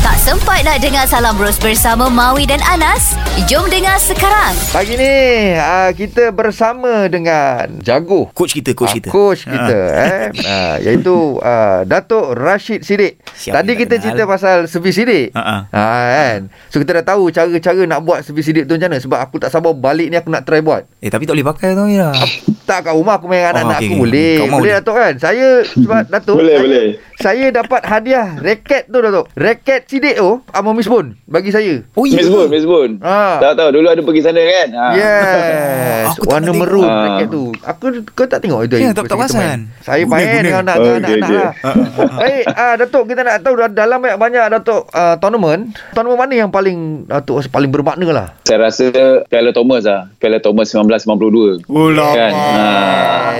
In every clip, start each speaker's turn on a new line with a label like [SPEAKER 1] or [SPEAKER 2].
[SPEAKER 1] Tak sempat nak dengar Salam Bros bersama Maui dan Anas? Jom dengar sekarang.
[SPEAKER 2] Pagi ni uh, kita bersama dengan jago
[SPEAKER 3] Coach kita, coach kita. Ah.
[SPEAKER 2] coach kita eh uh, iaitu uh, Datuk Rashid Sidik. Tadi
[SPEAKER 3] Siapa yang tak
[SPEAKER 2] kita
[SPEAKER 3] kenal?
[SPEAKER 2] cerita pasal sebi sidik.
[SPEAKER 3] Ha,
[SPEAKER 2] Ha, kan. So kita dah tahu cara-cara nak buat sebi sidik tu macam mana sebab aku tak sabar balik ni aku nak try buat.
[SPEAKER 3] Eh tapi tak boleh pakai tau Ira.
[SPEAKER 2] Tak kat rumah aku main dengan
[SPEAKER 3] Oh,
[SPEAKER 2] anak-anak
[SPEAKER 3] okey,
[SPEAKER 2] aku
[SPEAKER 3] okey.
[SPEAKER 2] boleh.
[SPEAKER 3] Kau
[SPEAKER 2] Boleh,
[SPEAKER 3] mahu ni?
[SPEAKER 2] Datuk kan? Saya sebab Datuk
[SPEAKER 4] Boleh,
[SPEAKER 2] saya,
[SPEAKER 4] boleh.
[SPEAKER 2] Saya dapat hadiah raket tu Datuk. Raket sidik tu Amami Spoon bagi saya.
[SPEAKER 3] Oh
[SPEAKER 4] Miss Boon, Miss Boon.
[SPEAKER 2] Ha.
[SPEAKER 4] Tahu tahu dulu ada pergi sana kan? Ha.
[SPEAKER 2] Yes
[SPEAKER 3] Aku tak
[SPEAKER 2] Warna
[SPEAKER 3] pernah tengok.
[SPEAKER 2] merun
[SPEAKER 4] Ah.
[SPEAKER 2] raket tu Aku Kau tak tengok itu
[SPEAKER 3] Ya,
[SPEAKER 2] Ayu?
[SPEAKER 3] tak- tak
[SPEAKER 2] Kau kita
[SPEAKER 3] perasan.
[SPEAKER 2] main. Saya
[SPEAKER 3] Guna,
[SPEAKER 2] main
[SPEAKER 3] guna.
[SPEAKER 2] dengan anak
[SPEAKER 4] Okey,
[SPEAKER 2] dengan anak-anak
[SPEAKER 4] okey.
[SPEAKER 2] lah Baik ah, Datuk kita nak tahu dah- Dalam banyak-banyak Datuk ah, Tournament Tournament mana yang paling Datuk rasa paling bermakna lah
[SPEAKER 4] Saya rasa Piala Thomas lah. Piala Thomas 1992.
[SPEAKER 3] Oh lah.
[SPEAKER 4] Kan? Ha.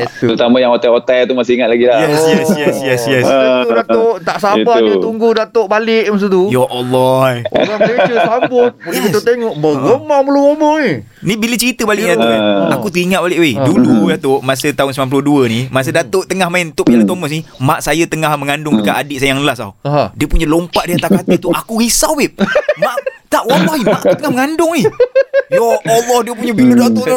[SPEAKER 2] Yes, tu.
[SPEAKER 4] Terutama yang hotel-hotel tu masih ingat lagi lah.
[SPEAKER 3] Yes, yes, yes, yes, yes.
[SPEAKER 2] Masa tu Datuk Tak sabar
[SPEAKER 4] Ah. Itu.
[SPEAKER 2] dia tunggu Datuk balik masa tu
[SPEAKER 3] Ya Allah. eh.
[SPEAKER 2] Orang Malaysia sambut Boleh
[SPEAKER 3] Yes.
[SPEAKER 2] kita tengok Bergemar mulu-mulu ni
[SPEAKER 3] Ni bila cerita balik ya, tu kan.
[SPEAKER 4] Ah.
[SPEAKER 3] Aku teringat balik weh.
[SPEAKER 4] Hmm.
[SPEAKER 3] Dulu Datuk masa tahun 92 ni, masa Datuk tengah main Tok Piala Thomas ni, mak saya tengah mengandung
[SPEAKER 4] Hmm.
[SPEAKER 3] dekat adik saya yang last tau.
[SPEAKER 2] Aha.
[SPEAKER 3] Dia punya lompat dia atas katil tu aku risau weh. Mak tak wallahi mak aku tengah mengandung ni. Ya Allah dia punya bila Datuk tu.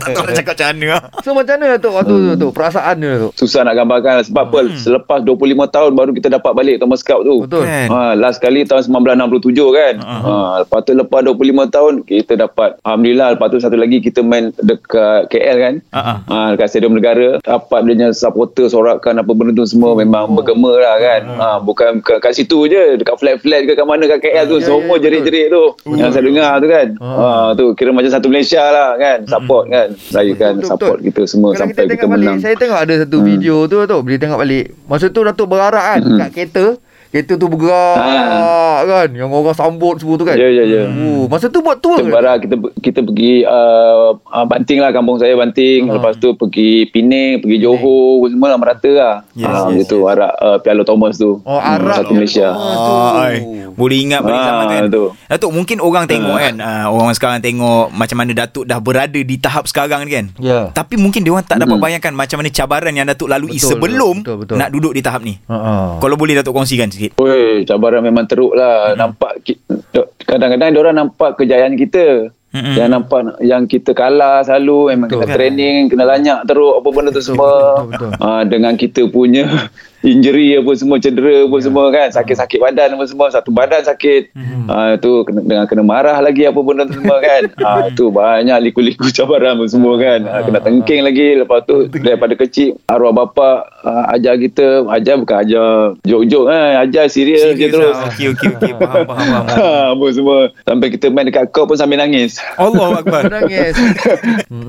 [SPEAKER 3] tak tahu nak cakap macam mana. lah.
[SPEAKER 2] So macam mana Datuk Waktu tu Datuk Perasaan dia Datuk
[SPEAKER 4] Susah nak gambarkan lah. sebab apa selepas 25 tahun baru kita dapat balik Thomas Cup tu.
[SPEAKER 2] Betul
[SPEAKER 3] Kan?
[SPEAKER 4] Ha, last kali tahun 1967 kan. Ha, lepas tu lepas 25 tahun kita dapat alhamdulillah lepas tu satu lagi kita main dekat KL kan.
[SPEAKER 3] Ha,
[SPEAKER 4] Ha, dekat Stadium Negara dapat dia punya supporter sorakan apa benda tu semua memang
[SPEAKER 2] Oh.
[SPEAKER 4] bergema lah kan.
[SPEAKER 2] Hmm.
[SPEAKER 4] Ha, bukan kat, kat situ je dekat flat-flat ke kat mana kat KL tu
[SPEAKER 2] Ya, ya,
[SPEAKER 4] semua
[SPEAKER 2] betul. Hmm.
[SPEAKER 4] jerit-jerit tu yang saya dengar tu kan. Ha, tu kira macam satu Malaysia lah kan support kan. Saya kan
[SPEAKER 2] Hmm. Betul,
[SPEAKER 4] support
[SPEAKER 2] betul.
[SPEAKER 4] kita semua
[SPEAKER 2] Kalau
[SPEAKER 4] sampai kita
[SPEAKER 2] tengok balik,
[SPEAKER 4] menang.
[SPEAKER 2] Saya tengok ada satu hmm. video tu Datuk Bila tengok balik Masa tu Datuk berarak kan Kat kereta Kereta tu bergerak
[SPEAKER 4] Hmm. Ah.
[SPEAKER 2] kan Yang orang sambut semua tu kan
[SPEAKER 4] Ya ya ya.
[SPEAKER 2] Oh, Masa tu buat tour
[SPEAKER 4] kita
[SPEAKER 2] ke?
[SPEAKER 4] bara kita kita pergi uh, uh, Banting lah kampung saya Banting hmm. lepas tu pergi Penang pergi Johor semua lah merata lah
[SPEAKER 3] Yes,
[SPEAKER 4] yes, ha,
[SPEAKER 3] yes,
[SPEAKER 4] yes, gitu yes. arak uh, Piala Thomas tu
[SPEAKER 2] Oh
[SPEAKER 4] Hmm,
[SPEAKER 2] Arab
[SPEAKER 4] satu Malaysia
[SPEAKER 2] Oh, tu.
[SPEAKER 3] Ah, Ai, boleh ingat balik
[SPEAKER 4] Ah,
[SPEAKER 3] zaman tu kan.
[SPEAKER 4] tu.
[SPEAKER 3] Datuk mungkin orang tengok kan ah, orang sekarang tengok macam mana Datuk dah berada di tahap sekarang ni kan.
[SPEAKER 2] Ya.
[SPEAKER 3] Tapi mungkin dia orang tak
[SPEAKER 4] Hmm.
[SPEAKER 3] dapat bayangkan macam mana cabaran yang Datuk lalui
[SPEAKER 2] Betul,
[SPEAKER 3] sebelum
[SPEAKER 2] betul, Ah. betul.
[SPEAKER 3] nak duduk di tahap ni.
[SPEAKER 2] Ha-ha.
[SPEAKER 3] Kalau boleh Datuk kongsikan sikit.
[SPEAKER 4] Oi, cabaran memang teruk
[SPEAKER 2] Hmm.
[SPEAKER 4] lah. Nampak ki- kadang-kadang orang nampak kejayaan kita.
[SPEAKER 3] Mm-mm.
[SPEAKER 4] Yang nampak yang kita kalah selalu memang
[SPEAKER 2] Hmm. Betul. kan?
[SPEAKER 4] kena training, kena lanyak teruk apa benda tu semua.
[SPEAKER 2] betul, betul.
[SPEAKER 4] Ah, dengan kita punya injury apa semua,
[SPEAKER 2] Ya.
[SPEAKER 4] cedera apa semua kan, sakit-sakit
[SPEAKER 3] Hmm.
[SPEAKER 4] badan apa semua, satu badan sakit. Ah tu kena, dengan kena marah lagi apa benda tu semua kan. ah tu banyak liku-liku cabaran apa semua kan. Ah, kena tengking lagi lepas tu daripada kecil arwah bapa ah, ajar kita, ajar bukan ajar jok-jok eh, ajar serius je
[SPEAKER 3] Serius
[SPEAKER 4] terus.
[SPEAKER 3] lah. Okey okey okey faham faham faham.
[SPEAKER 4] Ha, apa semua sampai kita main dekat kau pun sambil nangis.
[SPEAKER 3] Allahu akbar.
[SPEAKER 2] Menangis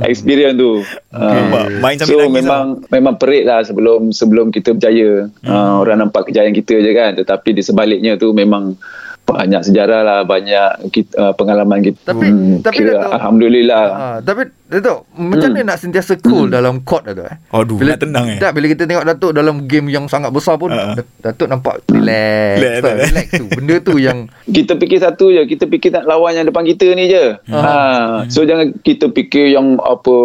[SPEAKER 4] Experience tu. Ah.
[SPEAKER 3] Nampak? Main sambil
[SPEAKER 4] so
[SPEAKER 3] nangis
[SPEAKER 4] memang memang perit lah sebelum sebelum kita berjaya.
[SPEAKER 3] Hmm.
[SPEAKER 4] Ah, orang nampak kejayaan kita je kan tetapi di sebaliknya tu memang banyak sejarah lah banyak kita, ah, pengalaman kita. Hmm,
[SPEAKER 2] Tapi- tapi
[SPEAKER 4] kira,
[SPEAKER 2] Dato'-
[SPEAKER 4] alhamdulillah.
[SPEAKER 2] Ha, tapi Datuk Macam
[SPEAKER 4] Hmm.
[SPEAKER 2] mana nak sentiasa cool Dalam court Datuk eh?
[SPEAKER 3] Aduh, nak tenang, eh?
[SPEAKER 2] Tak bila kita tengok Datuk Dalam game yang sangat besar pun
[SPEAKER 3] Ha.
[SPEAKER 2] Datuk nampak
[SPEAKER 4] Hmm.
[SPEAKER 2] Relax
[SPEAKER 3] Relax,
[SPEAKER 2] tau,
[SPEAKER 3] relax.
[SPEAKER 2] Relax tu Benda tu yang
[SPEAKER 4] kita fikir satu je kita fikir tak lawan yang depan kita ni je
[SPEAKER 3] Hmm.
[SPEAKER 4] ha. so jangan kita fikir yang apa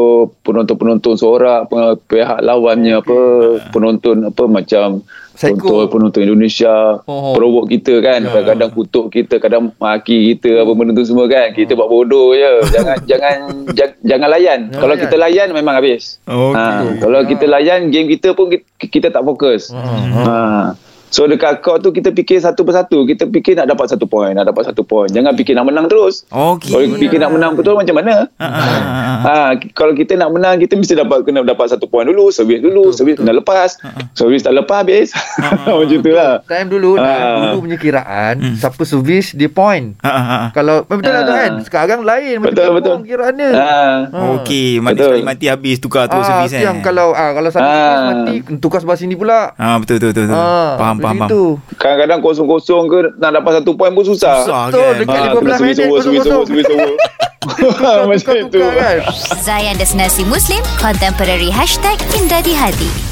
[SPEAKER 4] penonton-penonton sorak pe- pihak lawannya apa
[SPEAKER 3] Hmm.
[SPEAKER 4] penonton apa macam
[SPEAKER 2] Psycho.
[SPEAKER 4] penonton penonton Indonesia
[SPEAKER 2] Oh.
[SPEAKER 4] perowok kita kan kadang-kadang kutuk kita kadang maki kita apa benda tu semua kan kita buat bodoh je jangan jangan ja- jangan layan
[SPEAKER 2] Jangan
[SPEAKER 4] kalau
[SPEAKER 2] layan.
[SPEAKER 4] kita layan memang habis
[SPEAKER 3] Okey.
[SPEAKER 4] ha. kalau kita layan game kita pun kita, kita tak fokus ha. So dekat court tu kita fikir satu persatu. Kita fikir nak dapat satu point, nak dapat satu point. Jangan fikir nak menang terus.
[SPEAKER 3] Okey.
[SPEAKER 4] Kalau kita fikir nak menang betul macam mana?
[SPEAKER 2] Ah.
[SPEAKER 4] Ha, ki- kalau kita nak menang kita mesti dapat kena dapat satu point dulu, servis dulu, servis kena lepas.
[SPEAKER 2] Ah,
[SPEAKER 4] Servis tak lepas habis. Macam tu lah.
[SPEAKER 2] Time dulu
[SPEAKER 4] Ah.
[SPEAKER 2] Dulu punya kiraan
[SPEAKER 3] Hmm.
[SPEAKER 2] Siapa servis Dia point
[SPEAKER 3] Ha, ha, ha, ha.
[SPEAKER 2] Kalau betul lah tu
[SPEAKER 4] Ah.
[SPEAKER 2] kan Sekarang lain Macam
[SPEAKER 4] Betul, betul.
[SPEAKER 2] kampung kiraan dia
[SPEAKER 4] Ha.
[SPEAKER 3] Okey, mati
[SPEAKER 4] Betul.
[SPEAKER 3] sekali mati habis tukar tu
[SPEAKER 2] Ah,
[SPEAKER 3] servis
[SPEAKER 2] tu
[SPEAKER 3] eh.
[SPEAKER 2] yang kalau ah, kalau sana
[SPEAKER 4] Ah.
[SPEAKER 2] ah. mati tukar sebelah sini pula.
[SPEAKER 3] Ah betul betul betul. betul. faham faham faham.
[SPEAKER 2] Itu.
[SPEAKER 4] Kadang-kadang kosong-kosong ke nak dapat satu point pun susah.
[SPEAKER 3] Susah
[SPEAKER 2] Tu
[SPEAKER 3] kan.
[SPEAKER 2] dekat
[SPEAKER 4] Ha,
[SPEAKER 2] 15
[SPEAKER 4] kena servis
[SPEAKER 2] minit
[SPEAKER 4] over, servis over,
[SPEAKER 2] kosong-kosong.
[SPEAKER 4] servis over. Ah, Macam
[SPEAKER 2] Tukar-tukar
[SPEAKER 4] itu.
[SPEAKER 2] kan.
[SPEAKER 1] Zayan Destinasi Muslim Contemporary Hashtag Indah di Hati